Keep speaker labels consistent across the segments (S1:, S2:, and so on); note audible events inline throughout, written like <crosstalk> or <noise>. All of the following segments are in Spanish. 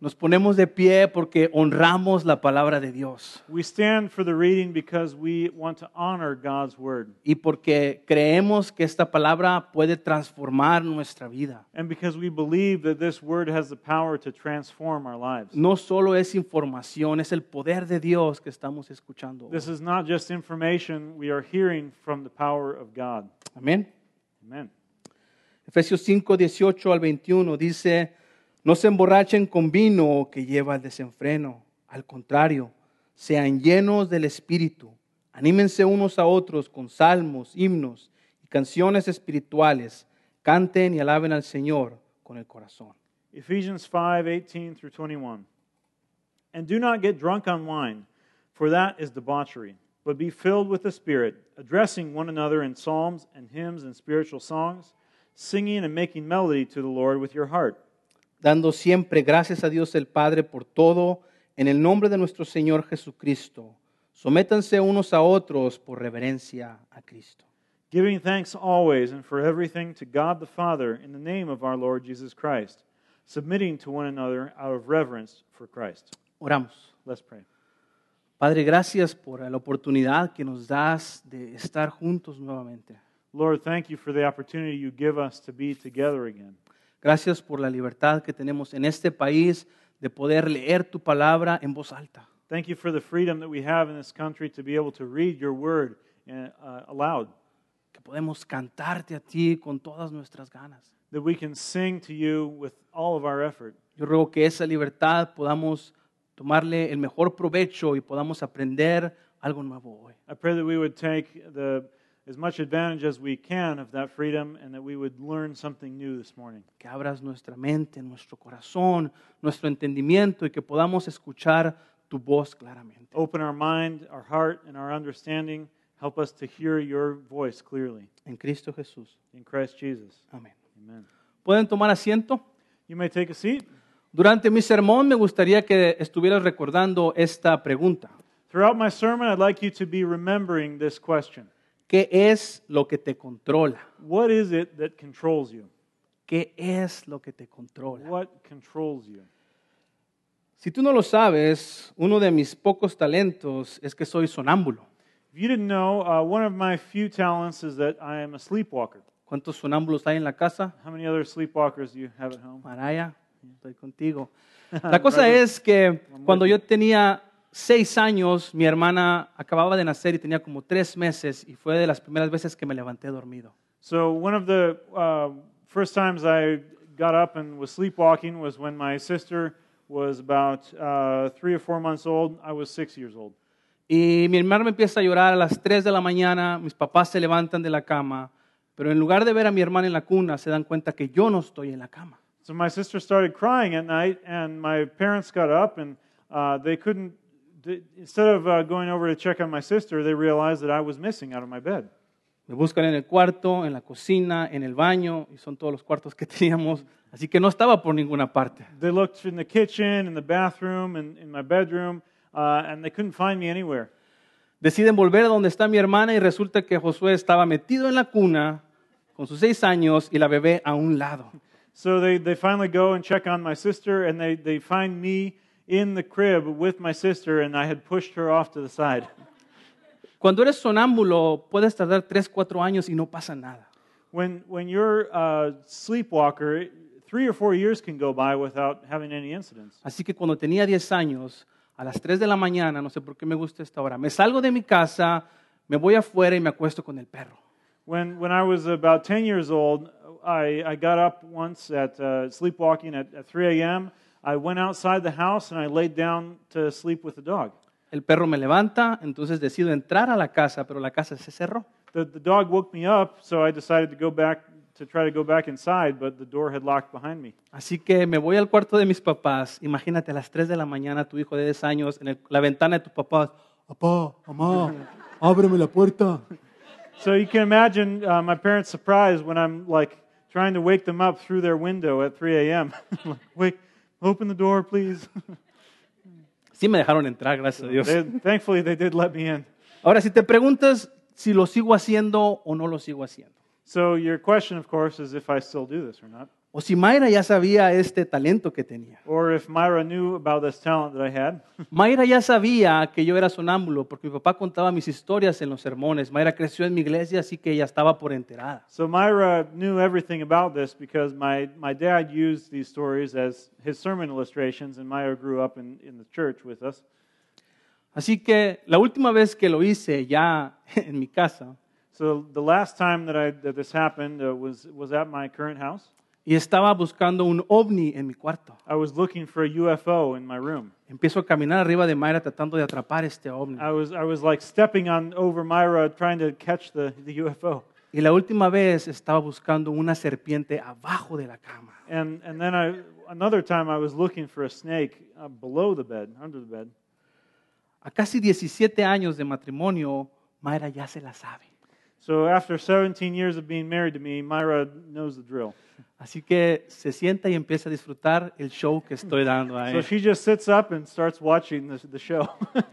S1: Nos ponemos de pie porque honramos la palabra de Dios
S2: We stand for the reading because we want to honor God's word
S1: y porque creemos que esta palabra puede transformar nuestra vida.
S2: and because we believe that this word has the power to transform our lives.
S1: No solo es información, es el poder de Dios que estamos escuchando.
S2: This is not just information, we are hearing from the power of God.
S1: Amén.
S2: Amen.
S1: Efesios 5, 18 al 21 dice, no se emborrachen con vino que lleva al desenfreno, al contrario, sean llenos del Espíritu, anímense unos a otros con salmos, himnos y canciones espirituales, canten y alaben al Señor con el corazón.
S2: Ephesians 5 18 through 21. And do not get drunk on wine, for that is debauchery, but be filled with the Spirit, addressing one another in psalms and hymns and spiritual songs, singing and making melody to the Lord with your heart,
S1: dando siempre gracias a Dios el Padre por todo, en el nombre de nuestro Señor Jesucristo. Sométanse unos a otros por reverencia a Cristo.
S2: giving thanks always and for everything to God the Father in the name of our Lord Jesus Christ, submitting to one another out of reverence for Christ.
S1: Oramos.
S2: Let's pray.
S1: Padre, gracias por la oportunidad que nos das de estar juntos nuevamente.
S2: Lord, thank you for the opportunity you give us to be together again.
S1: Gracias por la libertad que tenemos en este país de poder leer tu palabra en voz alta.
S2: Thank you for the freedom that we have in this country to be able to read your word uh, uh, aloud,
S1: Que podemos cantarte a ti con todas nuestras ganas.
S2: that we can sing to you with all of our effort.
S1: Yo ruego que esa libertad podamos tomarle el mejor provecho y podamos aprender algo nuevo hoy.
S2: I pray that we would take the, as much advantage as we can of that freedom and that we would learn something new this morning.
S1: Que abras nuestra mente, nuestro corazón, nuestro entendimiento y que podamos escuchar tu voz claramente.
S2: Open our mind, our heart, and our understanding. Help us to hear your voice clearly.
S1: En Cristo Jesús.
S2: In Christ Jesus.
S1: Amén.
S2: Amen.
S1: ¿Pueden tomar asiento?
S2: You may take a seat.
S1: Durante mi sermón me gustaría que estuvieras recordando esta pregunta.
S2: Throughout my sermon, I'd like you to be remembering this question
S1: ¿Qué es lo que te controla?
S2: What is it that controls you?
S1: ¿Qué es lo que te controla?
S2: What controls you?
S1: Si tú no lo sabes, uno de mis pocos talentos es que soy sonámbulo.
S2: If you didn't know, uh, one of my few talents is that I am a sleepwalker.
S1: ¿Cuántos sonámbulos hay en la casa?
S2: How many other sleepwalkers do you have at home?
S1: Maraya, estoy contigo. La cosa es que cuando yo tenía seis años, mi hermana acababa de nacer y tenía como tres meses y fue de las primeras veces que me levanté dormido.
S2: So, one of the uh, first times I got up and was sleepwalking was when my sister was about uh, three or four months old. I was six years old.
S1: Y mi hermano me empieza a llorar a las 3 de la mañana, mis papás se levantan de la cama, pero en lugar de ver a mi hermana en la cuna, se dan cuenta que yo no estoy en la cama.
S2: So, my sister started crying at night, and my parents got up and uh, they couldn't. they- Instead of uh, going over to check on my sister, they realized that I was missing out of my bed.
S1: Me buscan en el cuarto, en la cocina, en el baño, y son todos los cuartos que <laughs> teníamos, así que no estaba por ninguna parte.
S2: They looked in the kitchen, in the bathroom, and in my bedroom, uh, and they couldn't find me anywhere.
S1: Deciden volver a donde está mi hermana y resulta que Josué estaba metido en la cuna con sus seis años y la bebé a un lado.
S2: So they, they finally go and check on my sister, and they, they find me in the crib with my sister, and I had pushed her off to the side. <laughs>
S1: Cuando eres sonámbulo, puedes tardar 3, 4 años y no pasa nada.
S2: When, when you're a sleepwalker, three or four years can go by without having any incidents.
S1: Así que cuando tenía 10 años, a las 3 de la mañana, no sé por qué me gusta esta hora, me salgo de mi casa, me voy afuera y me acuesto con el perro.
S2: When, when I was about 10 years old, I, I got up once at uh, sleepwalking at, at 3 a.m. I went outside the house and I laid down to sleep with the dog.
S1: El perro me levanta, entonces decido entrar a la casa, pero la casa se cerró.
S2: the, the dog woke me up, so I decided to go back to try to go back inside, but the door had locked behind me.
S1: Así que me voy al cuarto de mis papás. Imagínate a las 3 de la mañana, tu hijo de 10 años, en el- la ventana de tus papás.
S3: Papá, mamá, ábreme la puerta.
S2: So you can imagine uh, my parents' surprise when I'm like trying to wake them up through their window at 3 a.m. I'm <laughs> like, wake, open the door, please. <laughs>
S1: Sí me dejaron entrar, gracias a Dios.
S2: They- thankfully, they did let me in.
S1: Ahora, si te preguntas si lo sigo haciendo o no lo sigo haciendo,
S2: So your question, of course, is if I still do this or not.
S1: O si Mayra ya sabía este talento que tenía.
S2: Or if Myra knew about this talent that I had, <laughs>
S1: Mayra ya sabía que yo era sonámbulo porque mi papá contaba mis historias en los sermones. Mayra creció en mi iglesia, así que ella estaba por enterada.
S2: so Myra knew everything about this because my, my dad used these stories as his sermon illustrations, and Myra grew up in, in the church with us.
S1: Así que la última vez que lo hice ya <laughs> en mi casa
S2: So the last time that, I, that this happened uh, was, was at my current house.
S1: y estaba buscando un ovni en mi cuarto.
S2: I was looking for a UFO in my room.
S1: Empiezo a caminar arriba de Mayra tratando de atrapar este ovni.
S2: I was, I was like stepping on over Myra trying to catch the, the UFO.
S1: Y la última vez estaba buscando una serpiente abajo de la cama.
S2: And, and then I, another time I was looking for a snake uh, below the bed, under the bed.
S1: A casi 17 años de matrimonio, Mayra ya se la sabe.
S2: So after 17 years of being married to me, Myra knows the drill.
S1: Así que se sienta y empieza a disfrutar el show que estoy dando ahí.
S2: So she just sits up and starts watching the, the show. <laughs>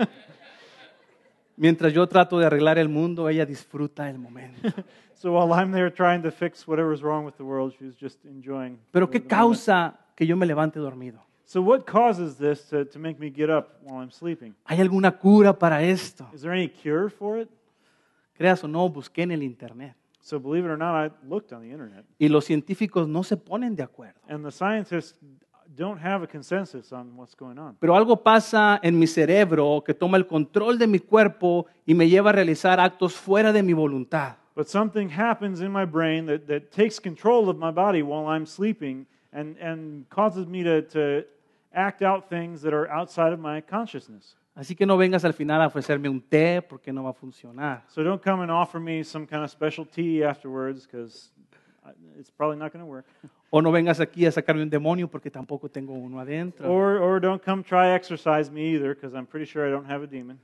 S1: Mientras yo trato de arreglar el mundo, ella disfruta el momento.
S2: so while I'm there trying to fix whatever's wrong with the world, she's just enjoying.
S1: Pero
S2: the-
S1: ¿qué
S2: the moment.
S1: causa que yo me levante dormido?
S2: So what causes this to, to make me get up while I'm sleeping?
S1: ¿Hay alguna cura para esto?
S2: Is there any cure for it?
S1: Creas o no, busqué en el internet.
S2: So believe it or not, I looked on the internet,
S1: Y los científicos no se ponen de acuerdo.
S2: and the scientists don't have a consensus on what's going on.
S1: Pero algo pasa en mi cerebro que toma el control de mi cuerpo y me lleva a realizar actos fuera de mi voluntad.
S2: But something happens in my brain that, that takes control of my body while I'm sleeping and, and causes me to, to act out things that are outside of my consciousness.
S1: Así que no vengas al final a ofrecerme un té porque no va a funcionar.
S2: So don't come and offer me some kind of special tea afterwards because it's probably not going to work.
S1: O no vengas aquí a sacarme un demonio porque tampoco tengo uno adentro.
S2: Or, or don't come try exercise me either because I'm pretty sure I don't have a demon.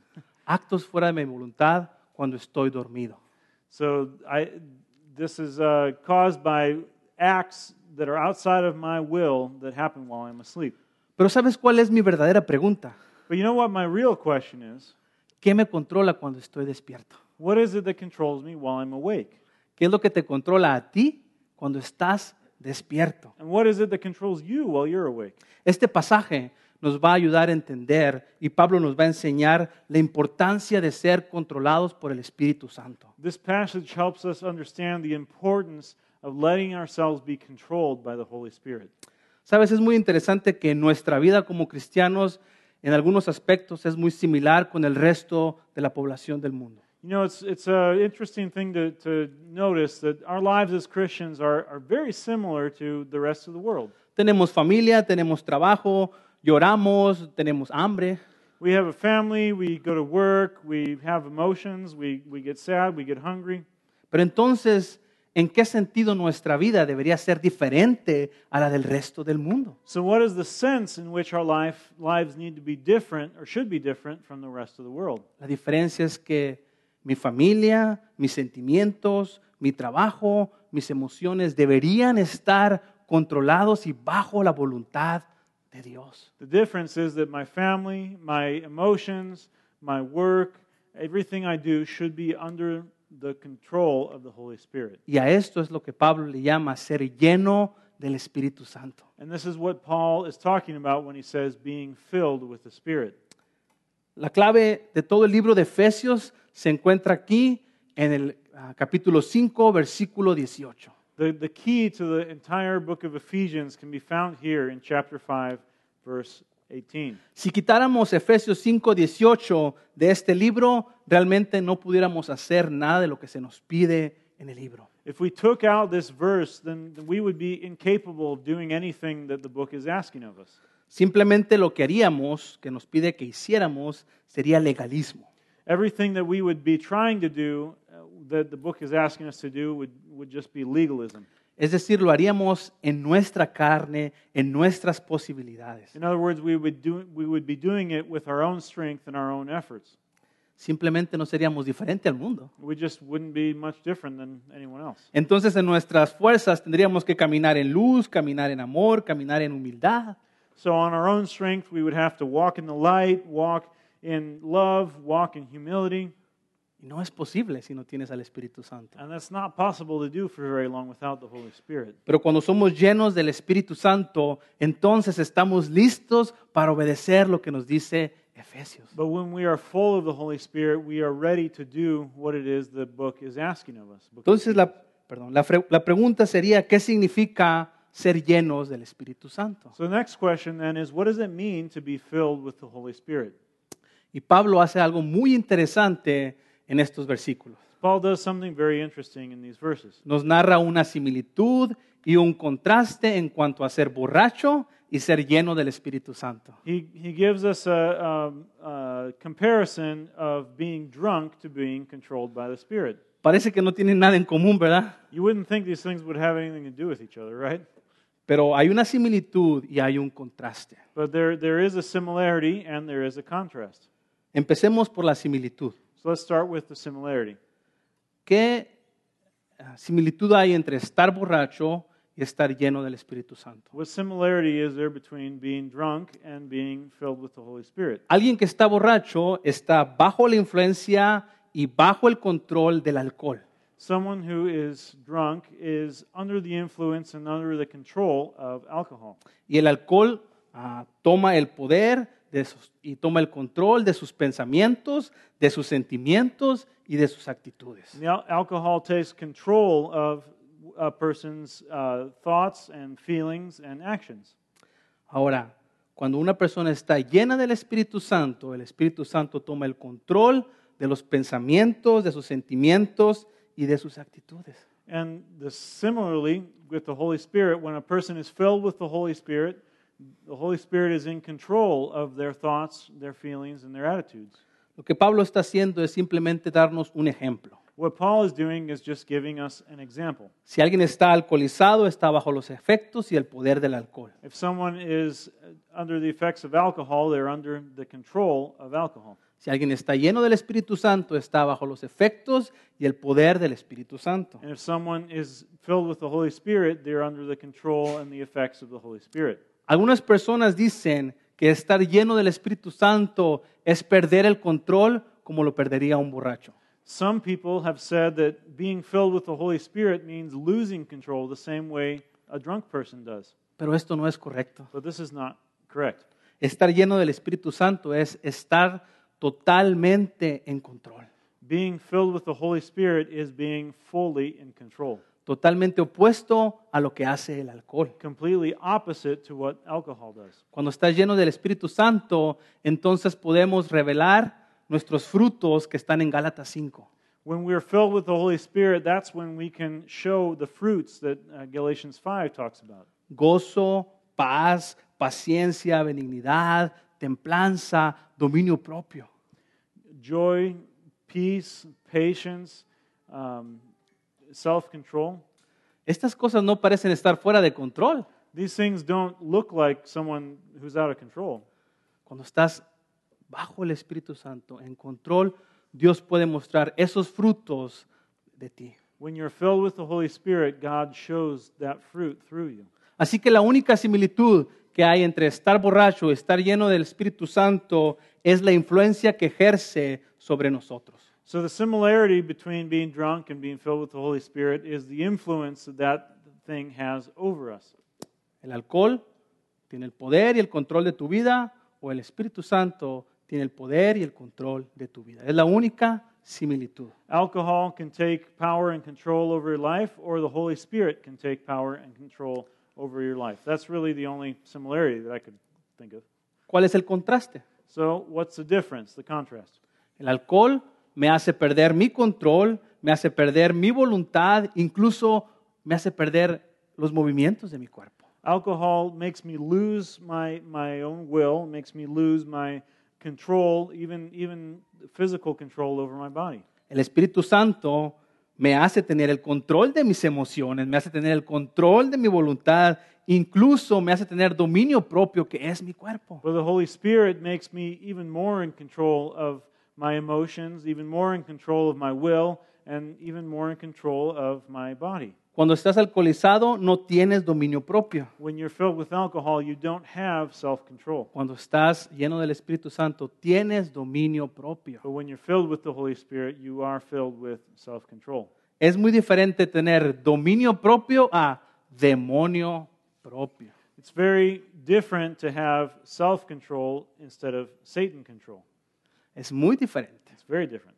S1: Actos fuera de mi voluntad cuando estoy dormido.
S2: So I, this is uh, caused by acts that are outside of my will that happen while I'm asleep.
S1: Pero ¿sabes cuál es mi verdadera pregunta?
S2: But you know what my real question is?
S1: ¿Qué me controla cuando estoy despierto?
S2: What is it that controls me while I'm awake?
S1: ¿Qué es lo que te controla a ti cuando estás despierto?
S2: And what is it that controls you while you're awake?
S1: Este pasaje nos va a ayudar a entender y Pablo nos va a enseñar la importancia de ser controlados por el Espíritu Santo.
S2: This passage helps us understand the importance of letting ourselves be controlled by the Holy Spirit.
S1: Sabes, es muy interesante que nuestra vida como cristianos en algunos aspectos es muy similar con el resto de la población del mundo.
S2: You know, it's, it's an interesting thing to, to notice that our lives as Christians are, are very similar to the rest of the world.
S1: Tenemos familia, tenemos trabajo, lloramos, tenemos hambre,
S2: We have a family, we go to work, we have emotions, we, we get sad, we get hungry.
S1: Pero entonces, ¿en qué sentido nuestra vida debería ser diferente a la del resto del mundo?
S2: So, what is the sense in which our life, lives need to be different or should be different from the rest of the world?
S1: La diferencia es que mi familia, mis sentimientos, mi trabajo, mis emociones deberían estar controlados y bajo la voluntad de Dios.
S2: The difference is that my family, my emotions, my work, everything I do should be under the control of the Holy Spirit.
S1: Y a esto es lo que Pablo le llama ser lleno del Espíritu Santo.
S2: And this is what Paul is talking about when he says being filled with the Spirit.
S1: La clave de todo el libro de Efesios se encuentra aquí en el ah, capítulo 5, versículo 18.
S2: The, the key to the entire book of Ephesians can be found here in chapter 5, verse 18.
S1: Si quitáramos Efesios 5, 18 de este libro, realmente no pudiéramos hacer nada de lo que se nos pide en el libro.
S2: If we took out this verse, then we would be incapable of doing anything that the book is asking of us.
S1: Simplemente lo que haríamos, que nos pide que hiciéramos, sería legalismo.
S2: Everything that we would be trying to do, uh, that the book is asking us to do, would, would just be legalism.
S1: Es decir, lo haríamos en nuestra carne, en nuestras posibilidades.
S2: In other words, we would, do, we would be doing it with our own strength and our own efforts.
S1: Simplemente no seríamos diferente al mundo.
S2: We just wouldn't be much different than anyone else.
S1: Entonces en nuestras fuerzas tendríamos que caminar en luz, caminar en amor, caminar en humildad.
S2: So, on our own strength, we would have to walk in the light, walk in love, walk in humility.
S1: Y no es posible si no tienes al Espíritu Santo.
S2: And that's not possible to do for very long without the Holy Spirit.
S1: Pero cuando somos llenos del Espíritu Santo, entonces estamos listos para obedecer lo que nos dice Efesios.
S2: But when we are full of the Holy Spirit, we are ready to do what it is the book is asking of us. Because
S1: Entonces la, perdón, la, fre- la pregunta sería, ¿qué significa ser llenos del Espíritu Santo?
S2: So the next question then is what does it mean to be filled with the Holy Spirit?
S1: Y Pablo hace algo muy interesante en estos versículos.
S2: Paul does something very interesting in these verses.
S1: Nos narra una similitud y un contraste en cuanto a ser borracho y ser lleno del Espíritu Santo.
S2: He, he gives us a, um, a comparison of being drunk to being controlled by the Spirit.
S1: Parece que no tienen nada en común, ¿verdad?
S2: You wouldn't think these things would have anything to do with each other, right?
S1: Pero hay una similitud y hay un contraste.
S2: But there, there is a similarity and there is a contrast.
S1: Empecemos por la similitud.
S2: So let's start with the similarity.
S1: ¿Qué eh, similitud hay entre estar borracho y estar lleno del Espíritu Santo?
S2: What similarity is there between being drunk and being filled with the Holy Spirit?
S1: Alguien que está borracho está bajo la influencia y bajo el control del alcohol.
S2: Someone who is drunk is under the influence and under the control of alcohol.
S1: Y el alcohol ah, toma el poder de sus- y toma el control de sus pensamientos, de sus sentimientos y de sus actitudes.
S2: And The al- alcohol takes control of a person's uh, thoughts and feelings and actions.
S1: Ahora, cuando una persona está llena del Espíritu Santo, el Espíritu Santo toma el control de los pensamientos, de sus sentimientos y de sus actitudes.
S2: And the, similarly, with the Holy Spirit, when a person is filled with the Holy Spirit, the Holy Spirit is in control of their thoughts, their feelings, and their attitudes.
S1: Lo que Pablo está haciendo es simplemente darnos un ejemplo.
S2: What Paul is doing is just giving us an example.
S1: Si alguien está alcoholizado, está bajo los efectos y el poder del alcohol.
S2: If someone is uh, under the effects of alcohol, they're under the control of alcohol.
S1: Si alguien está lleno del Espíritu Santo, está bajo los efectos y el poder del Espíritu Santo.
S2: And if someone is filled with the Holy Spirit, they're under the control and the effects of the Holy Spirit.
S1: Algunas personas dicen que estar lleno del Espíritu Santo es perder el control como lo perdería un borracho.
S2: Some people have said that being filled with the Holy Spirit means losing control the same way a drunk person does.
S1: Pero esto no es correcto.
S2: But this is not correct.
S1: Estar lleno del Espíritu Santo es estar totalmente en control.
S2: Being filled with the Holy Spirit is being fully in control,
S1: Totalmente opuesto a lo que hace el alcohol.
S2: completely opposite to what alcohol does.
S1: Cuando estás lleno del Espíritu Santo, entonces podemos revelar nuestros frutos que están en Gálatas 5.
S2: When we're filled with the Holy Spirit, that's when we can show the fruits that uh, Galatians 5 talks about
S1: Gozo, paz, paciencia, benignidad, templanza, dominio propio.
S2: joy, peace, patience, um, self control.
S1: Estas cosas no parecen estar fuera de control.
S2: These things don't look like someone who's out of control.
S1: Cuando estás bajo el Espíritu Santo, en control, Dios puede mostrar esos frutos de ti.
S2: When you're filled with the Holy Spirit, God shows that fruit through you.
S1: Así que la única similitud que hay entre estar borracho y estar lleno del Espíritu Santo es la influencia que ejerce sobre nosotros.
S2: So the similarity between being drunk and being filled with the Holy Spirit is the influence that that thing has over us.
S1: El alcohol tiene el poder y el control de tu vida o el Espíritu Santo tiene el poder y el control de tu vida. Es la única similitud.
S2: Alcohol can take power and control over your life, or the Holy Spirit can take power and control over your life. That's really the only similarity that I could think of.
S1: ¿Cuál es el contraste?
S2: So, what's the difference, the contrast?
S1: El alcohol me hace perder mi control, me hace perder mi voluntad, incluso me hace perder los movimientos de mi cuerpo.
S2: Alcohol makes me lose my, my own will, makes me lose my control, even, even physical control over my body.
S1: El Espíritu Santo me hace tener el control de mis emociones, me hace tener el control de mi voluntad, incluso me hace tener dominio propio que es mi cuerpo.
S2: But the Holy Spirit makes me even more in control of my emotions, even more in control of my will, and even more in control of my body.
S1: Cuando estás alcoholizado no tienes dominio propio.
S2: When you're filled with alcohol, you don't have self control.
S1: Cuando estás lleno del Espíritu Santo tienes dominio propio.
S2: But when you're filled with the Holy Spirit, you are filled with self control.
S1: Es muy diferente tener dominio propio a demonio propio.
S2: It's very different to have self control instead of Satan control.
S1: Es muy diferente.
S2: It's very different.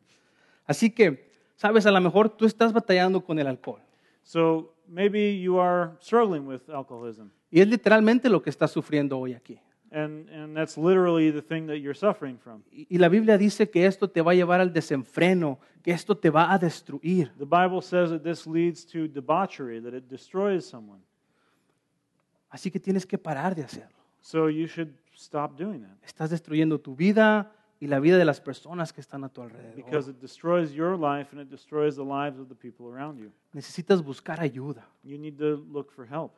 S1: Así que, sabes, a lo mejor tú estás batallando con el alcohol.
S2: So maybe you are struggling with alcoholism,
S1: Y es literalmente lo que estás sufriendo hoy aquí.
S2: and, and that's literally the thing that you're suffering from.
S1: Y y la Biblia dice que esto te va a llevar al desenfreno, que esto te va a destruir.
S2: The Bible says that this leads to debauchery, that it destroys someone.
S1: Así que tienes que parar de hacerlo.
S2: So you should stop doing that
S1: Estás destruyendo tu vida y la vida de las personas que están a tu alrededor.
S2: because it destroys your life and it destroys the lives of the people around you.
S1: Necesitas buscar ayuda.
S2: You need to look for help.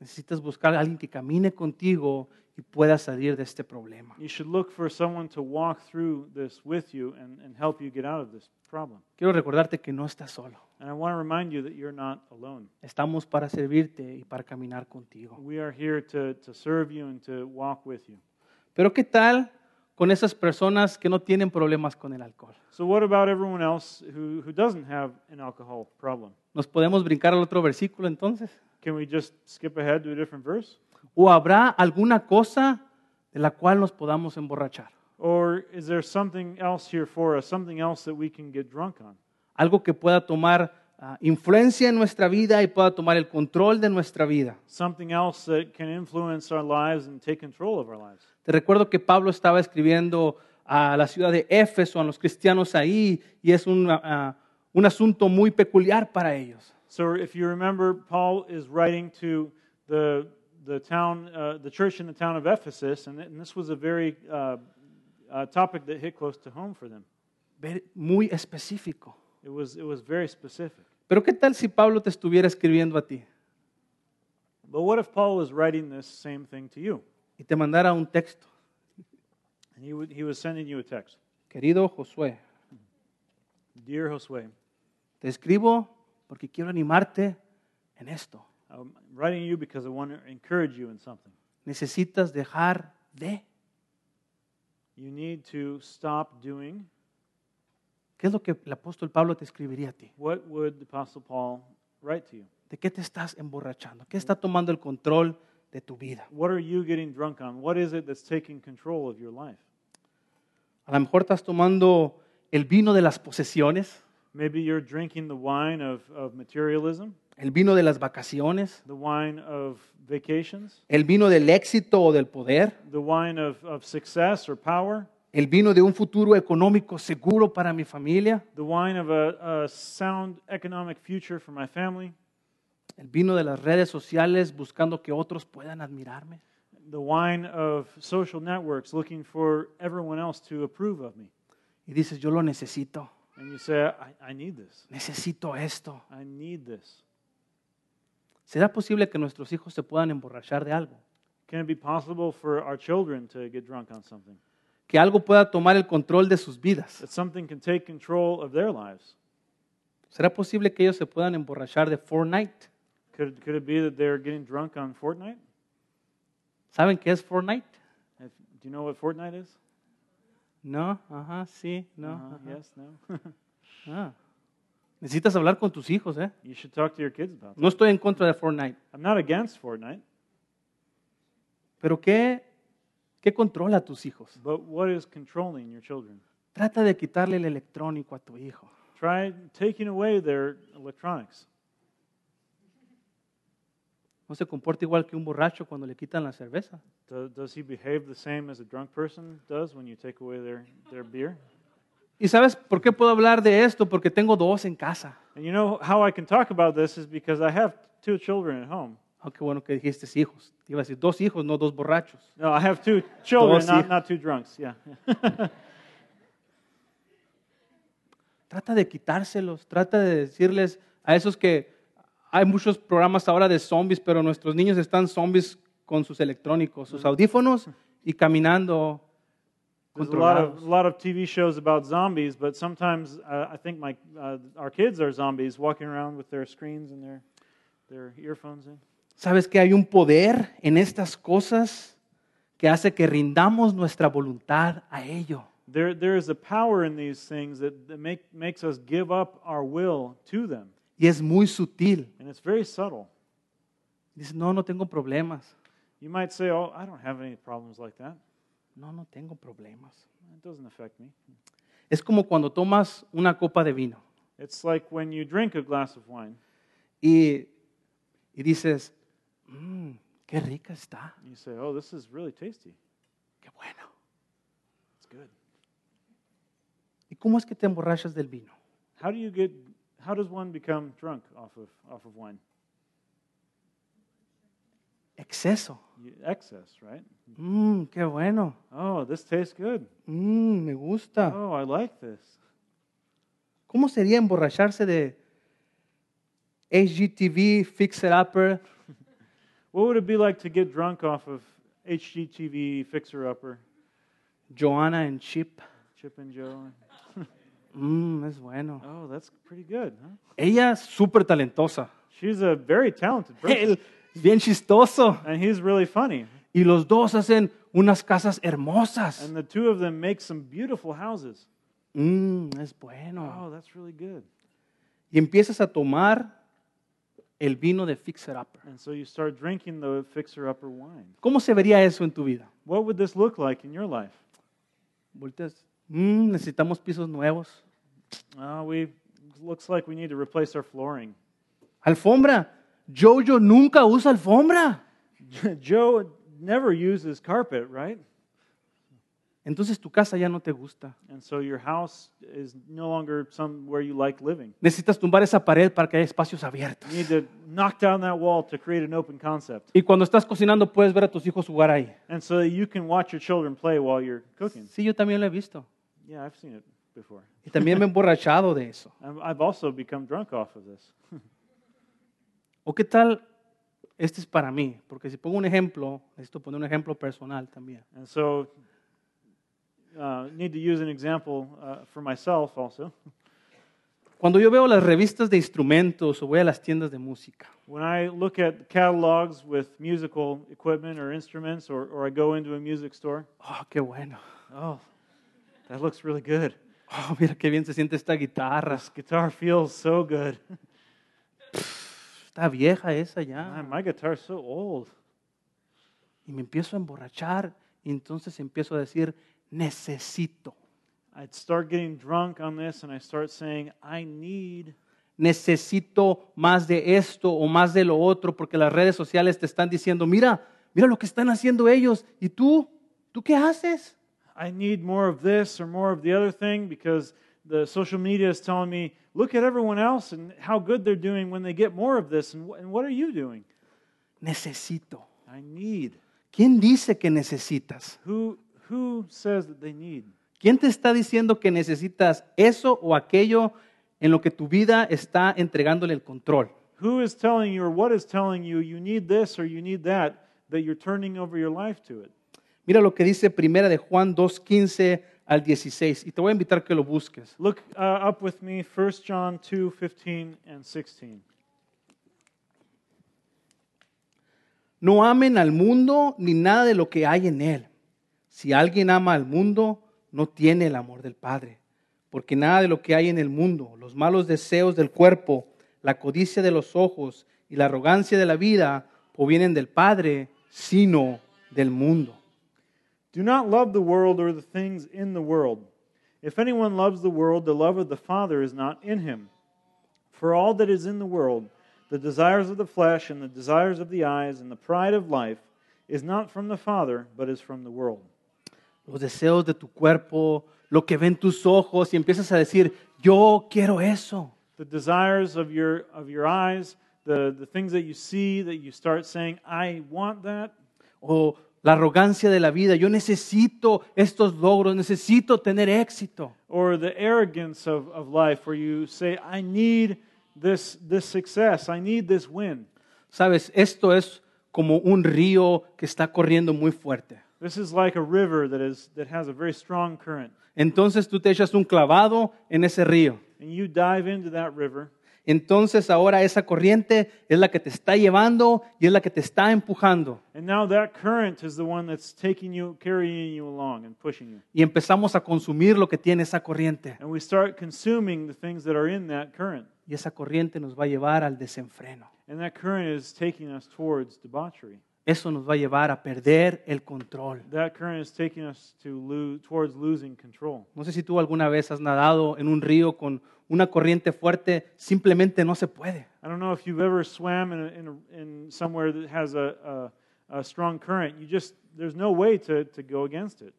S1: Necesitas buscar a alguien que camine contigo y pueda salir de este problema.
S2: You should look for someone to walk through this with you and, and help you get out of this problem.
S1: Quiero recordarte que no estás solo.
S2: And I want to remind you that you're not alone.
S1: Estamos para servirte y para caminar contigo.
S2: We are here to, to serve you and to walk with you.
S1: Pero ¿qué tal con esas personas que no tienen problemas con el alcohol?
S2: So, what about everyone else who, who doesn't have an alcohol problem?
S1: ¿Nos podemos brincar al otro versículo entonces?
S2: Can we just skip ahead to a different verse?
S1: ¿O habrá alguna cosa de la cual nos podamos emborrachar?
S2: Or is there something else here for us, something else that we can get drunk on?
S1: Algo que pueda tomar ah, influencia en nuestra vida y pueda tomar el control de nuestra vida.
S2: Something else that can influence our lives and take control of our lives.
S1: Te recuerdo que Pablo estaba escribiendo a la ciudad de Éfeso, a los cristianos ahí, y es un, ah, un asunto muy peculiar para ellos.
S2: So, if you remember, Paul is writing to the the town, uh, the church in the town of Ephesus, and, and this was a very uh, uh, topic that hit close to home for them.
S1: Ver- Muy específico.
S2: It was it was very specific.
S1: Pero ¿qué tal si Pablo te estuviera escribiendo a ti
S2: But what if Paul was writing this same thing to you,
S1: y te mandara un texto?
S2: and he would, he was sending you a text,
S1: Querido Josué,
S2: dear Josue,
S1: te escribo porque quiero animarte en esto.
S2: I'm writing you because I want to encourage you in something.
S1: Necesitas dejar de.
S2: You need to stop doing.
S1: ¿Qué es lo que el apóstol Pablo te escribiría a ti?
S2: What would the Apostle Paul write to you?
S1: ¿De qué te estás emborrachando? ¿Qué está tomando el control de tu vida?
S2: What are you getting drunk on? What is it that's taking control of your life?
S1: A lo mejor estás tomando el vino de las posesiones,
S2: Maybe you're drinking the wine of, of materialism,
S1: el vino de las vacaciones,
S2: the wine of vacations,
S1: el vino del éxito o del poder,
S2: the wine of, of success or power,
S1: el vino de un futuro económico seguro para mi familia,
S2: the wine of a, a sound economic future for my family,
S1: el vino de las redes sociales buscando que otros puedan admirarme.
S2: the wine of social networks looking for everyone else to approve of me.
S1: Y dices, yo lo necesito,
S2: And you say, I, I need this.
S1: necesito esto.
S2: I need this.
S1: ¿Será posible que nuestros hijos se puedan emborrachar de algo?
S2: Can it be possible for our children to get drunk on something?
S1: Que algo pueda tomar el control de sus vidas.
S2: That something can take control of their lives?
S1: ¿Será posible que ellos se puedan emborrachar de Fortnite?
S2: Could, could it be that they're getting drunk on Fortnite?
S1: ¿Saben qué es Fortnite?
S2: If, do you know what Fortnite is?
S1: No, ajá, sí, no.
S2: Uh,
S1: ajá.
S2: yes, no. <laughs>
S1: Ah. Necesitas hablar con tus hijos, ¿eh?
S2: you should talk to your kids about that.
S1: No estoy en contra de Fortnite,
S2: I'm not against Fortnite,
S1: pero ¿qué, qué controla a tus hijos?
S2: but what is controlling your children?
S1: Trata de quitarle el electrónico a tu hijo.
S2: Try taking away their electronics.
S1: No se comporta igual que un borracho cuando le quitan la cerveza.
S2: Do, does he behave the same as a drunk person does when you take away their, their beer?
S1: ¿Y sabes por qué puedo hablar de esto? Porque tengo dos en casa.
S2: And you know how I can talk about this is because I have two children at home.
S1: Aunque Ah, bueno que dijiste hijos. Te Iba a decir dos hijos, no dos borrachos.
S2: No, I have two children,
S1: Dos
S2: not,
S1: hij-
S2: not two drunks. Yeah.
S1: Trata de quitárselos, trata de decirles a esos que hay muchos programas ahora de zombies, pero nuestros niños están zombies con sus electrónicos, sus audífonos y caminando
S2: There's a lot of,
S1: controlados.
S2: a lot of TV shows about zombies, but sometimes uh, I think my, uh, our kids are zombies walking around with their screens and their their earphones in.
S1: ¿Sabes que hay un poder en estas cosas que hace que rindamos nuestra voluntad a ello?
S2: There, there is a power in these things that, that make, makes us give up our will to them.
S1: Y es muy sutil.
S2: And it's very subtle.
S1: Dices, no, no tengo problemas.
S2: You might say, Oh, I don't have any problems like that.
S1: No, no tengo problemas.
S2: It doesn't affect me.
S1: Es como cuando tomas una copa de vino
S2: It's like when you drink a glass of wine
S1: y, y dices, "Mm, qué rica está,
S2: and you say, Oh, this is really tasty.
S1: qué bueno.
S2: It's good.
S1: ¿Y cómo es que te emborrachas del vino?
S2: How do you get how does one become drunk off of off of wine?
S1: Exceso.
S2: You, excess, right?
S1: Mmm, qué bueno.
S2: Oh, this tastes good.
S1: Mmm, me gusta.
S2: Oh, I like this.
S1: ¿Cómo sería emborracharse de HGTV, Fixer Upper,
S2: What would it be like to get drunk off of HGTV Fixer Upper,
S1: Joanna and Chip?
S2: Chip and Joe?
S1: Mmm, es bueno.
S2: Oh, that's pretty good, huh?
S1: Ella es súper talentosa.
S2: She's a very talented
S1: <laughs>
S2: person,
S1: Él es bien chistoso.
S2: and he's really funny.
S1: Y los dos hacen unas casas hermosas.
S2: And the two of them make some beautiful houses.
S1: Mmm, es bueno.
S2: Oh, that's really good.
S1: Y empiezas a tomar el vino de Fixer Upper.
S2: And so you start drinking the Fixer Upper wine.
S1: ¿Cómo se vería eso en tu vida?
S2: What would this look like in your life?
S1: Volteas. Mmm, necesitamos pisos nuevos.
S2: Uh, we looks like we need to replace our flooring.
S1: Alfombra. Jojo nunca usa alfombra.
S2: <laughs> Joe never uses carpet, right?
S1: Entonces tu casa ya no te gusta.
S2: And so your house is no longer somewhere you like living.
S1: Necesitas tumbar esa pared para que haya espacios abiertos.
S2: You need to knock down that wall to create an open concept.
S1: Y cuando estás cocinando puedes ver a tus hijos jugar ahí.
S2: And so that you can watch your children play while you're cooking.
S1: Sí, yo también lo he visto.
S2: Yeah, I've seen it before.
S1: Y también me he <laughs> emborrachado de eso.
S2: I'm- I've also become drunk off of this.
S1: ¿O qué tal? Este es para mí, porque si pongo un ejemplo, necesito poner un ejemplo personal también.
S2: And so, uh, need to use an example uh, for myself also.
S1: Cuando yo veo las revistas de instrumentos o voy a las tiendas de música,
S2: When I look at catalogs with musical equipment or instruments, or, or I go into a music store,
S1: oh, qué bueno.
S2: oh, that looks really good.
S1: Oh, mira qué bien se siente esta guitarra.
S2: This guitar feels so good. <laughs>
S1: Está vieja esa ya.
S2: Man, my guitar's so old.
S1: Y me empiezo a emborrachar y entonces empiezo a decir, necesito,
S2: I'd start getting drunk on this, and I start saying, I need,
S1: necesito más de esto o más de lo otro, porque las redes sociales te están diciendo, mira, mira lo que están haciendo ellos. ¿Y tú? ¿Tú qué haces?
S2: I need more of this or more of the other thing because the social media is telling me, look at everyone else and how good they're doing when they get more of this, and, wh- and what are you doing?
S1: Necesito.
S2: I need.
S1: ¿Quién dice que necesitas?
S2: Who who says that they need?
S1: ¿Quién te está diciendo que necesitas eso o aquello en lo que tu vida está entregándole el control?
S2: Who is telling you or what is telling you you need this or you need that that you're turning over your life to it?
S1: Mira lo que dice primera de Juan 2:15 al 16 y te voy a invitar que lo busques.
S2: Look uh, up with me 1 John 2, 15 and 16.
S1: No amen al mundo ni nada de lo que hay en él. Si alguien ama al mundo, no tiene el amor del Padre, porque nada de lo que hay en el mundo, los malos deseos del cuerpo, la codicia de los ojos y la arrogancia de la vida, provienen del Padre, sino del mundo.
S2: Do not love the world or the things in the world. If anyone loves the world, the love of the Father is not in him. For all that is in the world, the desires of the flesh and the desires of the eyes and the pride of life, is not from the Father, but is from the world.
S1: Los deseos de tu cuerpo, lo que ven tus ojos y empiezas a decir, yo quiero eso.
S2: the desires of your of your eyes, the, the things that you see that you start saying, I want that,
S1: O la arrogancia de la vida, yo necesito estos logros, necesito tener éxito.
S2: or the arrogance of, of life where you say, I need this this success, I need this win.
S1: Sabes, esto es como un río que está corriendo muy fuerte.
S2: This is like a river that is that has a very strong current.
S1: Entonces tú te echas un clavado en ese río
S2: And you dive into that river
S1: entonces ahora esa corriente es la que te está llevando y es la que te está empujando.
S2: And now that current is the one that's taking you, carrying you along and pushing you.
S1: Y empezamos a consumir lo que tiene esa corriente.
S2: And we start consuming the things that are in that current.
S1: Y esa corriente nos va a llevar al desenfreno.
S2: And that current is taking us towards debauchery.
S1: Eso nos va a llevar a perder el control.
S2: That current is taking us to lose, towards losing control.
S1: No sé si tú alguna vez has nadado en un río con una corriente fuerte, simplemente no se puede.
S2: I don't know if you've ever swam in, a, in, a, in somewhere that has a, a, a strong current. You just there's no way to, to go against it.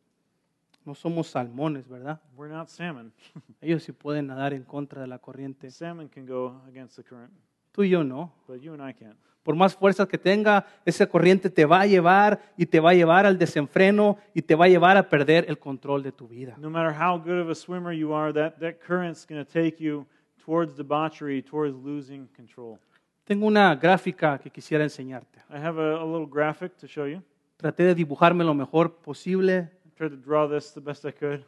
S1: No somos salmones, ¿verdad?
S2: We're not salmon. <laughs>
S1: Ellos sí pueden nadar en contra de la corriente.
S2: salmon can go against the current,
S1: Tú y yo no.
S2: but you and I can't.
S1: Por más fuerzas que tenga, esa corriente te va a llevar y te va a llevar al desenfreno y te va a llevar a perder el control de tu vida.
S2: No matter how good of a swimmer you are, that, that current's going to take you towards debauchery, towards losing control.
S1: Tengo una gráfica que quisiera enseñarte.
S2: I have a, a little graphic to show you.
S1: Traté de dibujarme lo mejor posible.
S2: I tried to draw this the best I could.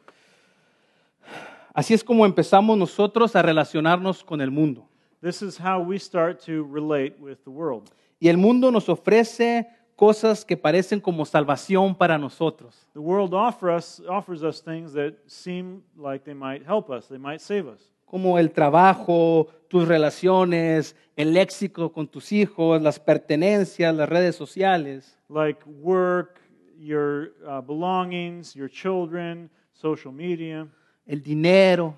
S1: Así es como empezamos nosotros a relacionarnos con el mundo.
S2: This is how we start to relate with the world.
S1: Y el mundo nos ofrece cosas que parecen como salvación para nosotros.
S2: The world offer us, offers us things that seem like they might help us, they might save us.
S1: como el trabajo, tus relaciones, el léxico con tus hijos, las pertenencias, las redes sociales.
S2: like work, your uh, belongings, your children, social media,
S1: el dinero.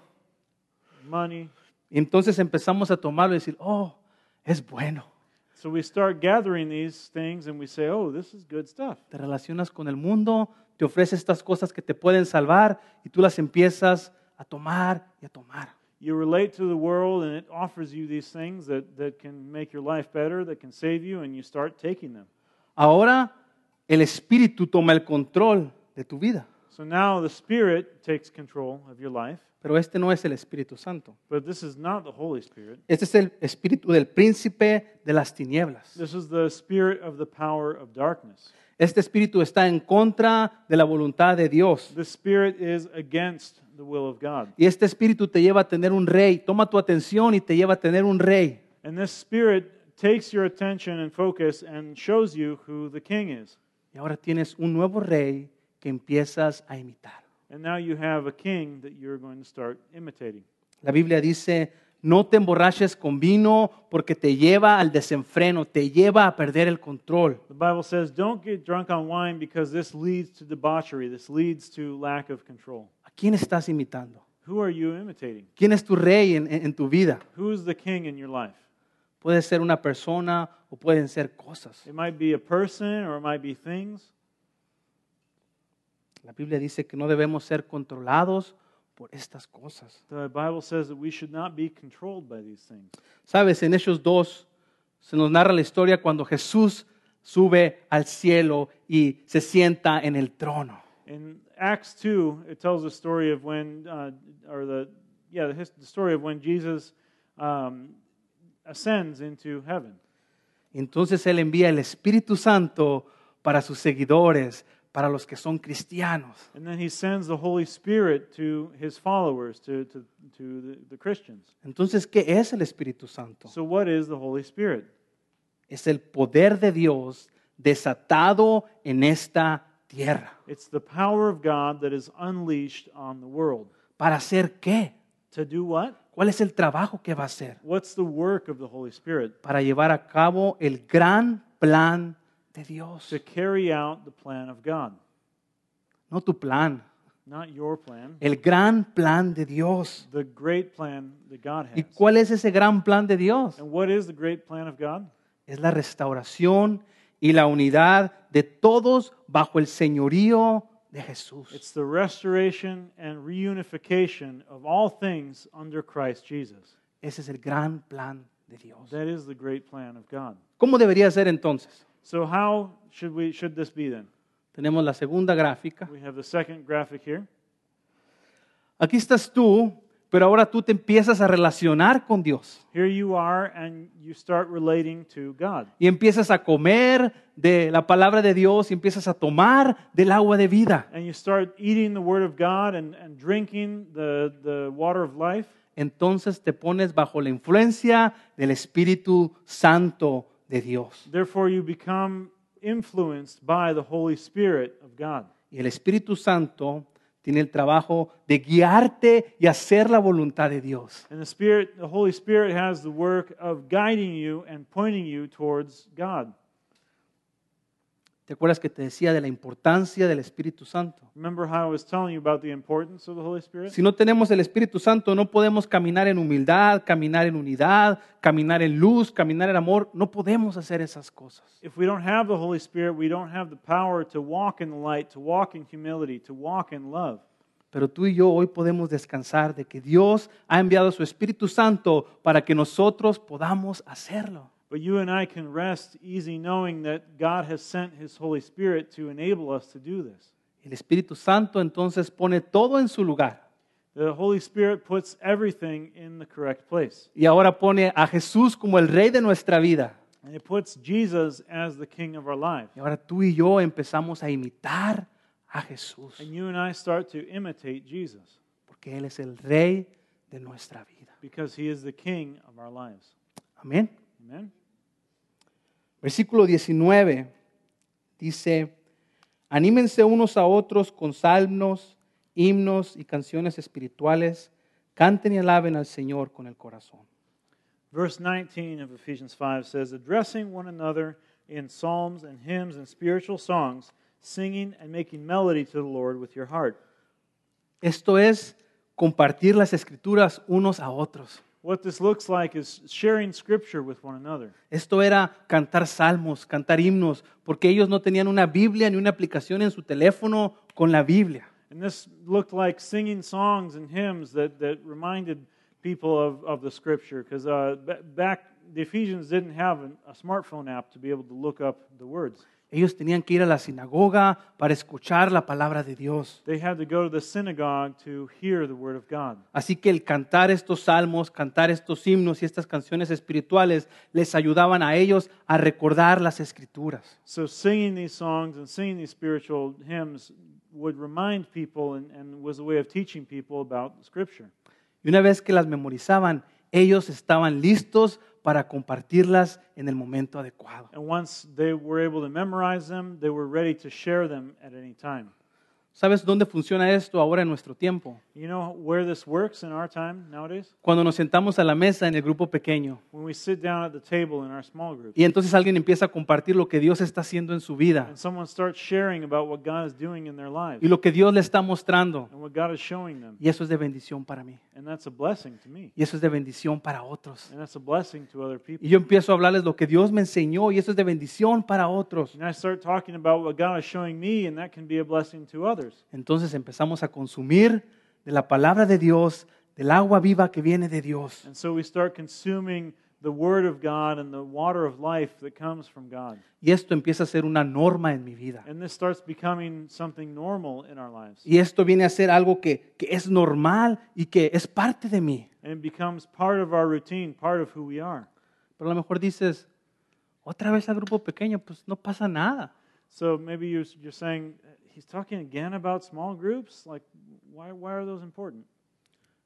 S2: money.
S1: Y entonces empezamos a tomarlo y decir, oh, es bueno.
S2: So we start gathering these things and we say, oh, this is good stuff.
S1: Te relacionas con el mundo, te ofrece estas cosas que te pueden salvar y tú las empiezas a tomar y a tomar.
S2: You relate to the world and it offers you these things that, that can make your life better, that can save you, and you start taking them.
S1: Ahora el espíritu toma el control de tu vida,
S2: So now the Spirit takes control of your life,
S1: pero este no es el Espíritu Santo.
S2: but this is not the Holy Spirit.
S1: Este es el espíritu del príncipe de las tinieblas.
S2: This is the spirit of the power of darkness.
S1: Este espíritu está en contra de la voluntad de Dios.
S2: The spirit is against the will of God.
S1: Y este espíritu te lleva a tener un rey. Toma tu atención y te lleva a tener un rey.
S2: And this spirit takes your attention and focus and shows you who the king is.
S1: Y ahora tienes un nuevo rey que empiezas a imitar.
S2: And now you have a king that you're going to start imitating.
S1: La Biblia dice, no te emborraches con vino porque te lleva al desenfreno, te lleva a perder el control.
S2: The Bible says, don't get drunk on wine because this leads to debauchery. This leads to lack of control.
S1: ¿A quién estás imitando?
S2: Who are you imitating?
S1: ¿Quién es tu rey en, en- en tu vida?
S2: Who is the king in your life?
S1: Puede ser una persona o pueden ser cosas.
S2: It might be a person or it might be things.
S1: La Biblia dice que no debemos ser controlados por estas cosas.
S2: The Bible says that we should not be controlled by these things.
S1: Sabes, en Hechos 2 se nos narra la historia cuando Jesús sube al cielo y se sienta en el trono.
S2: In Acts 2, it tells the story of when, uh, or the, yeah, the, his, the story of when Jesus um, ascends into heaven.
S1: Entonces Él envía el Espíritu Santo para sus seguidores, para los que son cristianos.
S2: And then he sends the Holy Spirit to his followers, to, to, to the, the Christians.
S1: Entonces, ¿qué es el Espíritu Santo?
S2: So, what is the Holy Spirit?
S1: Es el poder de Dios desatado en esta tierra.
S2: It's the power of God that is unleashed on the world.
S1: ¿Para hacer qué?
S2: To do what?
S1: ¿Cuál es el trabajo que va a hacer?
S2: What's the work of the Holy Spirit?
S1: Para llevar a cabo el gran plan de Dios.
S2: To carry out the plan of God,
S1: No tu plan,
S2: not your plan,
S1: el gran plan de Dios.
S2: the great plan that God
S1: ¿Y
S2: has.
S1: cuál es ese gran plan de Dios?
S2: And what is the great plan of God?
S1: Es la restauración y la unidad de todos bajo el señorío de Jesús.
S2: It's the restoration and reunification of all things under Christ Jesus.
S1: Ese es el gran plan de Dios.
S2: That is the great plan of God.
S1: ¿Cómo debería ser entonces?
S2: So how should we should this be then?
S1: Tenemos la segunda gráfica.
S2: We have the second graphic here.
S1: Aquí estás tú, pero ahora tú te empiezas a relacionar con Dios.
S2: Here you are and you start relating to God.
S1: Y empiezas a comer de la palabra de Dios y empiezas a tomar del agua de vida.
S2: And you start eating the word of God and, and drinking the, the water of life.
S1: entonces te pones bajo la influencia del Espíritu Santo de Dios.
S2: Therefore, you become influenced by the Holy Spirit of God.
S1: Y el Espíritu Santo tiene el trabajo de guiarte y hacer la voluntad de Dios.
S2: And the Spirit, the Holy Spirit has the work of guiding you and pointing you towards God.
S1: ¿Te acuerdas que te decía de la importancia del Espíritu Santo?
S2: Remember how I was telling you about the importance of the Holy Spirit?
S1: Si no tenemos el Espíritu Santo, no podemos caminar en humildad, caminar en unidad, caminar en luz, caminar en amor. No podemos hacer esas cosas.
S2: If we don't have the Holy Spirit, we don't have the power to walk in the light, to walk in humility, to walk in love.
S1: Pero tú y yo hoy podemos descansar de que Dios ha enviado su Espíritu Santo para que nosotros podamos hacerlo.
S2: But you and I can rest easy knowing that God has sent His Holy Spirit to enable us to do this.
S1: El Espíritu Santo entonces pone todo en su lugar.
S2: The Holy Spirit puts everything in the correct place,
S1: Y ahora pone a Jesús como el Rey de nuestra vida.
S2: and it puts Jesus as the King of our life.
S1: Y ahora tú y yo empezamos a imitar a Jesús,
S2: And you and I start to imitate Jesus
S1: porque Él es el Rey de nuestra vida.
S2: because He is the King of our lives.
S1: Amén.
S2: Amen.
S1: Versículo 19 dice, anímense unos a otros con salmos, himnos y canciones espirituales, canten y alaben al Señor con el corazón.
S2: Verse 19 of Ephesians 5 says, Addressing one another in psalms and hymns and spiritual songs, singing and making melody to the Lord with your heart.
S1: Esto es compartir las escrituras unos a otros.
S2: What this looks like is sharing scripture with one another.
S1: Esto era cantar salmos, cantar himnos, porque ellos no tenían una Biblia ni una aplicación en su teléfono con la Biblia.
S2: And this looked like singing songs and hymns that, that reminded people of, of the scripture because uh, ba- back the Ephesians didn't have an, a smartphone app to be able to look up the words.
S1: Ellos tenían que ir a la sinagoga para escuchar la palabra de Dios.
S2: They had to go to the synagogue to hear the word of God.
S1: Así que el cantar estos salmos, cantar estos himnos y estas canciones espirituales les ayudaban a ellos a recordar las escrituras.
S2: So singing these songs and singing these spiritual hymns would remind people and, and was a way of teaching people about Scripture.
S1: Y una vez que las memorizaban, ellos estaban listos para compartirlas en el momento adecuado.
S2: And once they were able to memorize them, they were ready to share them at any time.
S1: ¿Sabes dónde funciona esto ahora en nuestro tiempo?
S2: You know where this works in our time nowadays?
S1: Cuando nos sentamos a la mesa en el grupo pequeño
S2: When we sit down at the table in our small group
S1: y entonces alguien empieza a compartir lo que Dios está haciendo en su vida
S2: and someone starts sharing about what God is doing in their lives
S1: y lo que Dios le está mostrando.
S2: and what God is showing them.
S1: Y eso es de bendición para mí.
S2: And that's a blessing to me.
S1: Y eso es de bendición para otros.
S2: And that's a blessing to other people.
S1: Y yo empiezo a hablarles lo que Dios me enseñó y eso es de bendición para otros.
S2: And I start talking about what God is showing me, and that can be a blessing to others.
S1: Entonces empezamos a consumir de la palabra de Dios, del agua viva que viene de Dios.
S2: And so we start consuming the Word of God and the water of life that comes from God.
S1: Y esto empieza a ser una norma en mi vida.
S2: And this starts becoming something normal in our lives.
S1: Y esto viene a ser algo que, que es normal y que es parte de mí.
S2: And it becomes part of our routine, part of who we are.
S1: Pero a lo mejor dices, otra vez al grupo pequeño, pues no pasa nada.
S2: So maybe you're, you're saying, he's talking again about small groups? Like, why, why are those important?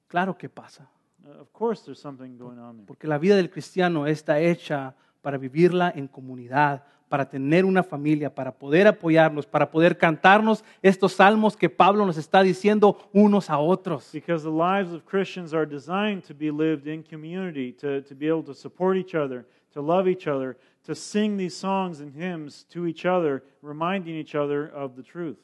S1: Claro que pasa,
S2: Uh, of course, there's something going on there.
S1: porque la vida del cristiano está hecha para vivirla en comunidad, para tener una familia, para poder apoyarnos, para poder cantarnos estos salmos que Pablo nos está diciendo unos a otros.
S2: Because the lives of Christians are designed to be lived in community, to, to be able to support each other, to love each other, to sing these songs and hymns to each other, reminding each other of the truth.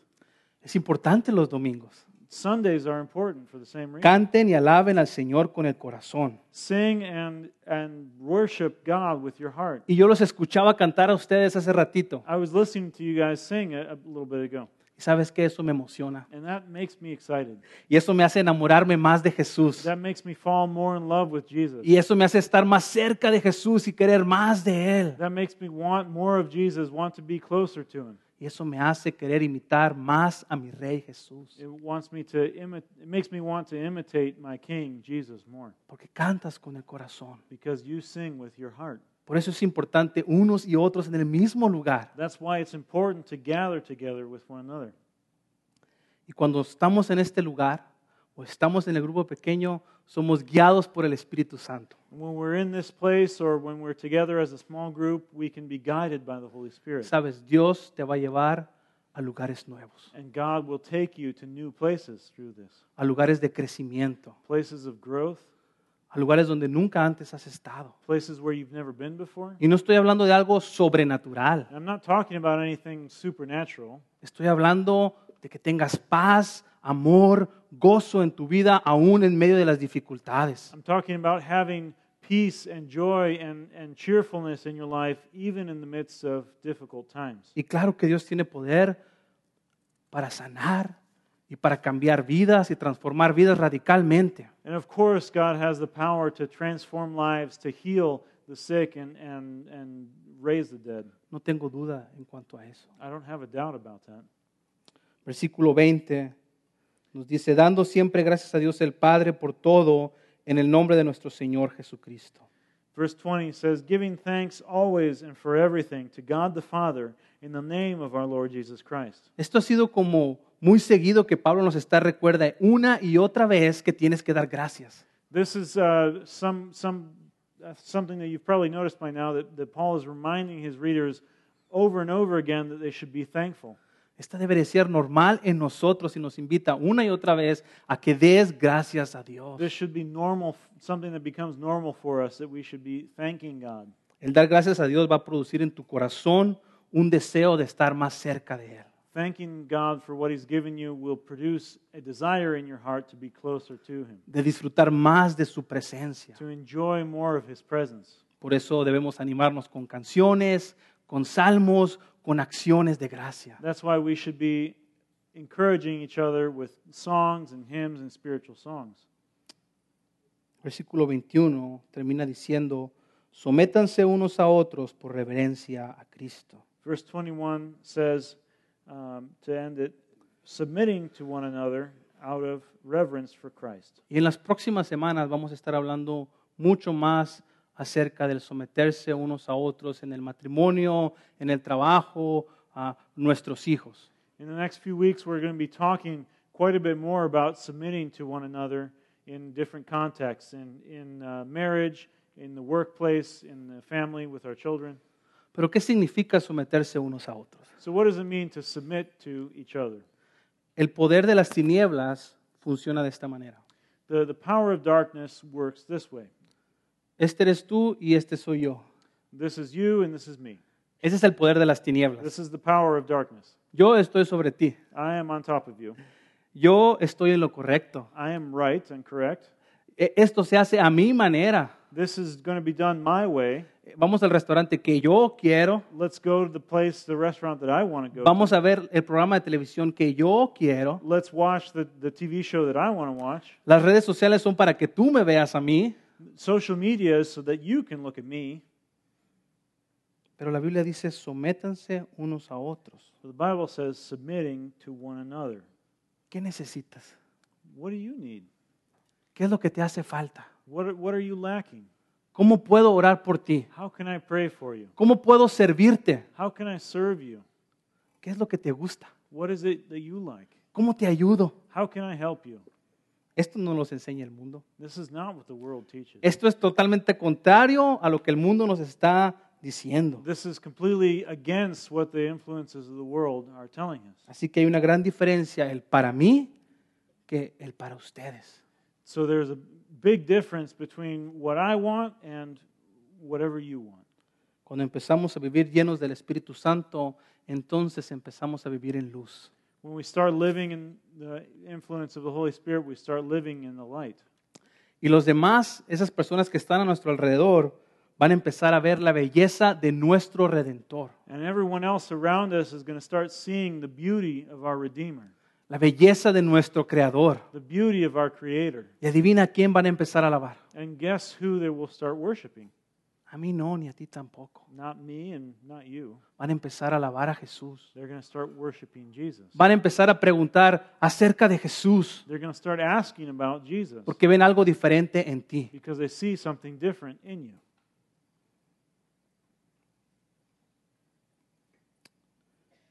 S1: Es importante los domingos.
S2: Sundays are important for the same reason.
S1: Canten y alaben al Señor con el corazón.
S2: Sing and, and worship God with your heart.
S1: Y yo los escuchaba cantar a ustedes hace ratito.
S2: I was listening to you guys sing a, a little bit ago,
S1: Y sabes que eso me emociona.
S2: and that makes me excited.
S1: Y eso me hace enamorarme más de Jesús.
S2: That makes me fall more in love with Jesus.
S1: Y eso me hace estar más cerca de Jesús y querer más de Él.
S2: That makes me want more of Jesus, want to be closer to him.
S1: Y eso me hace querer imitar más a mi Rey Jesús.
S2: It wants me to imi- it makes me want to imitate my King Jesus more
S1: Porque cantas con el corazón.
S2: because you sing with your heart.
S1: Por eso es importante unos y otros en el mismo lugar.
S2: That's why it's important to gather together with one another.
S1: Y cuando estamos en este lugar, o estamos en el grupo pequeño, somos guiados por el Espíritu Santo.
S2: When we're in this place or when we're together as a small group, we can be guided by the Holy Spirit.
S1: Sabes, Dios te va a llevar a lugares nuevos,
S2: And God will take you to new places through this
S1: a lugares de crecimiento,
S2: places of growth,
S1: a lugares donde nunca antes has estado.
S2: places where you've never been before.
S1: Y no estoy hablando de algo sobrenatural,
S2: And I'm not talking about anything supernatural.
S1: estoy hablando de que tengas paz, amor, gozo en tu vida, aún en medio de las dificultades.
S2: I'm talking about having peace and joy and, and cheerfulness in your life, even in the midst of difficult times.
S1: Y claro que Dios tiene poder para sanar y para cambiar vidas y transformar vidas radicalmente.
S2: And of course, God has the power to transform lives, to heal the sick, and, and, and raise the dead.
S1: No tengo duda en cuanto a eso.
S2: I don't have a doubt about that.
S1: Versículo 20 nos dice, dando siempre gracias a Dios el Padre por todo en el nombre de nuestro Señor Jesucristo.
S2: Verse 20 says, Giving thanks always and for everything to God the Father in the name of our Lord Jesus Christ.
S1: Esto ha sido como muy seguido que Pablo nos está recuerda una y otra vez que tienes que dar gracias.
S2: This is uh, some, some, uh, something that you've probably noticed by now that, that Paul is reminding his readers over and over again that they should be thankful.
S1: Esta debería ser normal en nosotros y nos invita una y otra vez a que des gracias a Dios.
S2: This should be normal, something that becomes normal for us, that we should be thanking God.
S1: El dar gracias a Dios va a producir en tu corazón un deseo de estar más cerca de Él.
S2: Thanking God for what He's given you will produce a desire in your heart to be closer to Him,
S1: de disfrutar más de su presencia.
S2: to enjoy more of His presence.
S1: Por eso debemos animarnos con canciones, con salmos, con acciones de gracia.
S2: That's why we should be encouraging each other with songs and hymns and spiritual songs.
S1: Versículo 21 termina diciendo, sométanse unos a otros por reverencia a Cristo.
S2: Verse 21 says, um, to end it, submitting to one another out of reverence for Christ.
S1: Y en las próximas semanas vamos a estar hablando mucho más acerca del someterse unos a otros en el matrimonio, en el trabajo, a nuestros hijos.
S2: In the next few weeks, we're going to be talking quite a bit more about submitting to one another in different contexts in, in uh, marriage, in the workplace, in the family, with our children.
S1: Pero ¿qué significa someterse unos a otros?
S2: So, what does it mean to submit to each other?
S1: El poder de las tinieblas funciona de esta manera.
S2: The, the power of darkness works this way
S1: Este eres tú y este soy yo.
S2: this is you and this is me.
S1: Ese es el poder de las tinieblas.
S2: This is the power of darkness.
S1: Yo estoy sobre ti.
S2: I am on top of you.
S1: Yo estoy en lo correcto.
S2: I am right and correct.
S1: E- Esto se hace a mi manera.
S2: This is going to be done my way.
S1: Vamos al restaurante que yo quiero.
S2: Let's go to the place, the restaurant that I want to go.
S1: Vamos a ver el programa de televisión que yo quiero.
S2: to. Let's watch the, the TV show that I want to watch.
S1: Las redes sociales son para que tú me veas a mí.
S2: Social media is so that you can look at me.
S1: Pero la Biblia dice, sométanse unos a otros.
S2: But the Bible says submitting to one another.
S1: ¿Qué necesitas?
S2: What do you need?
S1: ¿Qué es lo que te hace falta?
S2: What are, what are you lacking?
S1: ¿Cómo puedo orar por ti?
S2: How can I pray for you?
S1: ¿Cómo puedo servirte?
S2: How can I serve you?
S1: ¿Qué es lo que te gusta?
S2: What is it that you like?
S1: ¿Cómo te ayudo?
S2: How can I help you?
S1: Esto no nos enseña el mundo.
S2: This is not what the world teaches.
S1: Esto es totalmente contrario a lo que el mundo nos está diciendo.
S2: This is completely against what the influences of the world are telling us.
S1: Así que hay una gran diferencia el para mí que el para ustedes.
S2: So there's a big difference between what I want and whatever you want.
S1: Cuando empezamos a vivir llenos del Espíritu Santo, entonces empezamos a vivir en luz.
S2: When we start living in the influence of the Holy Spirit, we start living in the light.
S1: Y los demás, esas personas que están a nuestro alrededor, van a empezar a ver la belleza de nuestro Redentor,
S2: And everyone else around us is going to start seeing the beauty of our Redeemer,
S1: la belleza de nuestro Creador.
S2: the beauty of our Creator.
S1: Y adivina a quién van a empezar a alabar.
S2: And guess who they will start worshiping?
S1: A mí no, ni a ti tampoco.
S2: Not me and not you.
S1: Van a empezar a alabar a Jesús.
S2: They're going to start worshiping Jesus.
S1: van a empezar a preguntar acerca de Jesús
S2: They're going to start asking about Jesus
S1: porque ven algo diferente en ti.
S2: because they see something different in you.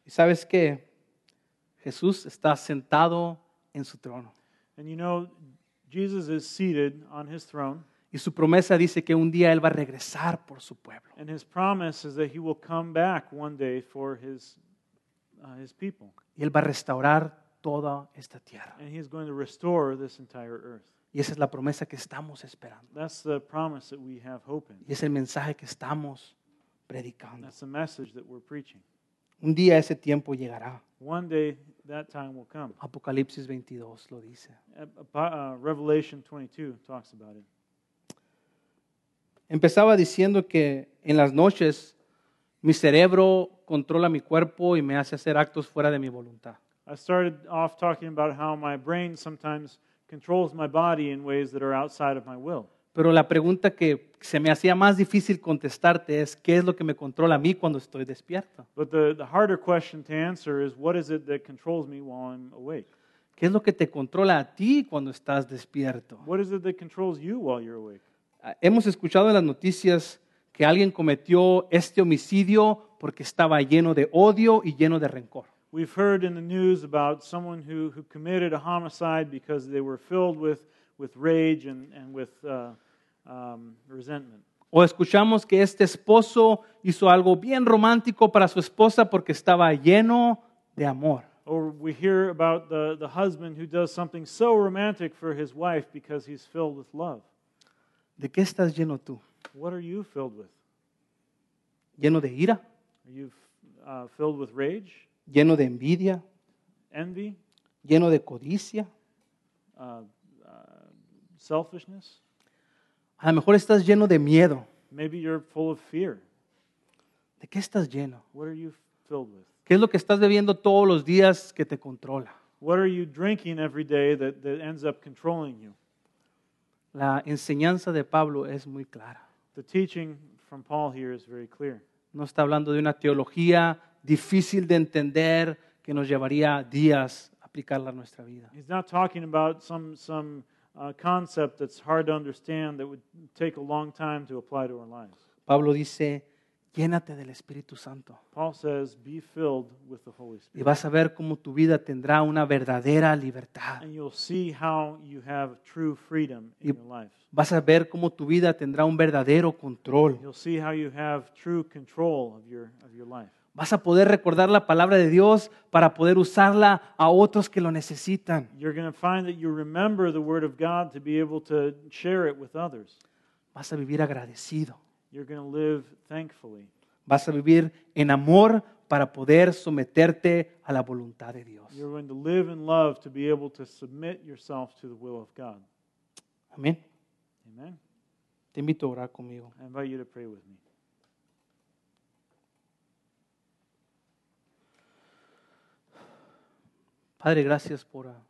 S1: Y sabes que Jesús está sentado en su trono.
S2: And you know, Jesus is seated on his throne,
S1: Y su promesa dice que un día Él va a regresar por su pueblo.
S2: and his promise is that he will come back one day for his, uh, his people.
S1: Y Él va a restaurar toda esta tierra.
S2: And he's going to restore this entire earth.
S1: Y esa es la promesa que estamos esperando.
S2: That's the promise that we have hope in.
S1: Y es el mensaje que estamos predicando.
S2: That's the message that we're preaching.
S1: Un día ese tiempo llegará.
S2: One day that time will come.
S1: Apocalipsis 22 lo dice.
S2: Uh, uh, Revelation 22 talks about it.
S1: Empezaba diciendo que en las noches mi cerebro controla mi cuerpo y me hace hacer actos fuera de mi voluntad.
S2: I started off talking about how my brain sometimes controls my body in ways that are outside of my will.
S1: Pero la pregunta que se me hacía más difícil contestarte es, ¿qué es lo que me controla a mí cuando estoy despierto?
S2: But the, the harder question to answer is what is it that controls me while I'm awake?
S1: ¿Qué es lo que te controla a ti cuando estás despierto?
S2: What is it that controls you while you're awake?
S1: Ah, Hemos escuchado en las noticias que alguien cometió este homicidio porque estaba lleno de odio y lleno de rencor.
S2: We've heard in the news about someone who, who committed a homicide because they were filled with, with rage and, and with uh, um, resentment.
S1: O escuchamos que este esposo hizo algo bien romántico para su esposa porque estaba lleno de amor.
S2: Or we hear about the, the husband who does something so romantic for his wife because he's filled with love.
S1: ¿De qué estás lleno tú?
S2: What are you filled with?
S1: ¿Lleno de ira?
S2: Are you uh, filled with rage,
S1: ¿Lleno de envidia?
S2: envy,
S1: ¿Lleno de codicia?
S2: uh, uh, selfishness?
S1: A lo mejor estás lleno de miedo.
S2: Maybe you're full of fear.
S1: ¿De qué estás lleno?
S2: What are you filled with?
S1: ¿Qué es lo que estás bebiendo todos los días que te controla?
S2: What are you drinking every day that, that ends up controlling you?
S1: La enseñanza de Pablo es muy clara.
S2: The teaching from Paul here is very clear.
S1: No está hablando de una teología difícil de entender que nos llevaría días aplicarla a nuestra vida.
S2: He's not talking about some, some uh, concept that's hard to understand that would take a long time to apply to our lives.
S1: Pablo dice, llénate del Espíritu Santo
S2: Paul says, Be filled with the Holy
S1: y
S2: Spirit.
S1: vas a ver cómo tu vida tendrá una verdadera libertad.
S2: And you'll see how you have true freedom in
S1: Yep.
S2: your life.
S1: Vas a ver cómo tu vida tendrá un verdadero control.
S2: You'll see how you have true control of your, of your life.
S1: Vas a poder recordar la palabra de Dios para poder usarla a otros que lo necesitan.
S2: You're going to find that you remember the Word of God to be able to share it with others.
S1: Vas a vivir agradecido.
S2: You're going to live thankfully.
S1: Vas a vivir en amor para poder someterte a la voluntad de Dios.
S2: You're going to live in love to be able to submit yourself to the will of God.
S1: Amén.
S2: Amen.
S1: Te invito a orar conmigo.
S2: I invite you to pray with me.
S1: Padre, gracias por ah,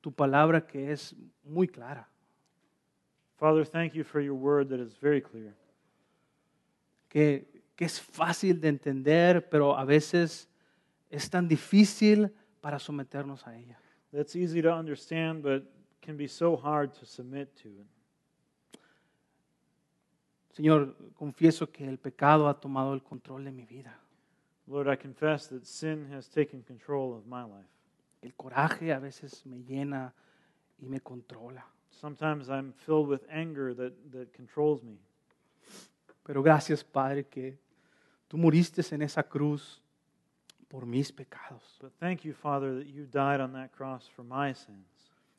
S1: tu palabra que es muy clara.
S2: Father, thank you for your word that is very clear.
S1: que, que es fácil de entender, pero a veces es tan difícil para someternos a ella.
S2: That's easy to understand, but can be so hard to submit to.
S1: Señor, confieso que el pecado ha tomado el control de mi vida.
S2: Lord, I confess that sin has taken control of my life.
S1: El coraje a veces me llena y me controla.
S2: Sometimes I'm filled with anger that, that controls me.
S1: Pero gracias, Padre, que tú muriste en esa cruz por mis pecados
S2: But thank you, Father, that you died on that cross for my sins.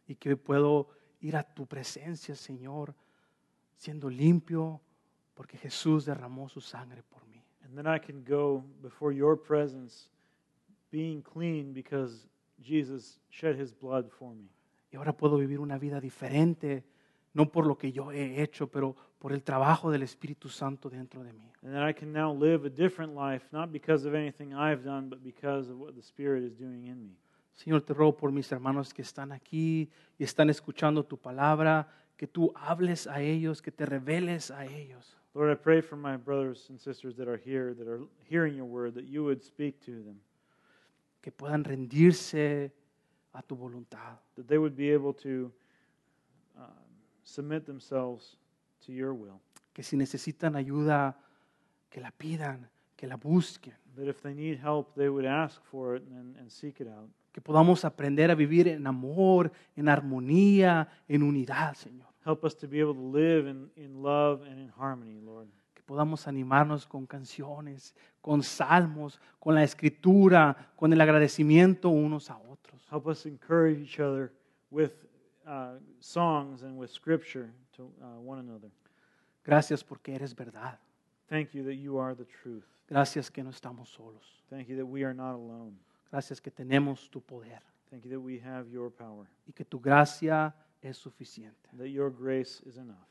S1: y que hoy puedo ir a tu presencia, Señor, siendo limpio porque Jesús derramó su sangre por mí.
S2: And then I can go before your presence being clean because Jesus shed his blood for me.
S1: Y ahora puedo vivir una vida diferente, no por lo que yo he hecho, pero por el trabajo del Espíritu Santo dentro de mí.
S2: And then I can now live a different life, not because of anything I've done, but because of what the Spirit is doing in me.
S1: Señor, te ruego por mis hermanos que están aquí y están escuchando tu palabra, que tú hables a ellos, que te reveles a ellos.
S2: Lord, I pray for my brothers and sisters that are here, that are hearing your word, that you would speak to them,
S1: que puedan rendirse a tu voluntad.
S2: that they would be able to um, submit themselves to your will,
S1: Que si necesitan ayuda, que la pidan, que la busquen.
S2: that if they need help, they would ask for it and, and seek it out.
S1: que podamos aprender a vivir en amor, en armonía, en unidad, Señor.
S2: Help us to be able to live in, in love and in harmony, Lord.
S1: Que podamos animarnos con canciones, con salmos, con la escritura, con el agradecimiento unos a otros.
S2: Help us encourage each other with uh, songs and with scripture to uh, one another.
S1: Gracias porque eres verdad.
S2: Thank you that you are the truth.
S1: Gracias que no estamos solos.
S2: Thank you that we are not alone.
S1: Gracias que tenemos tu poder
S2: Thank you that we have your power,
S1: y que tu gracia es suficiente.
S2: that your grace is enough.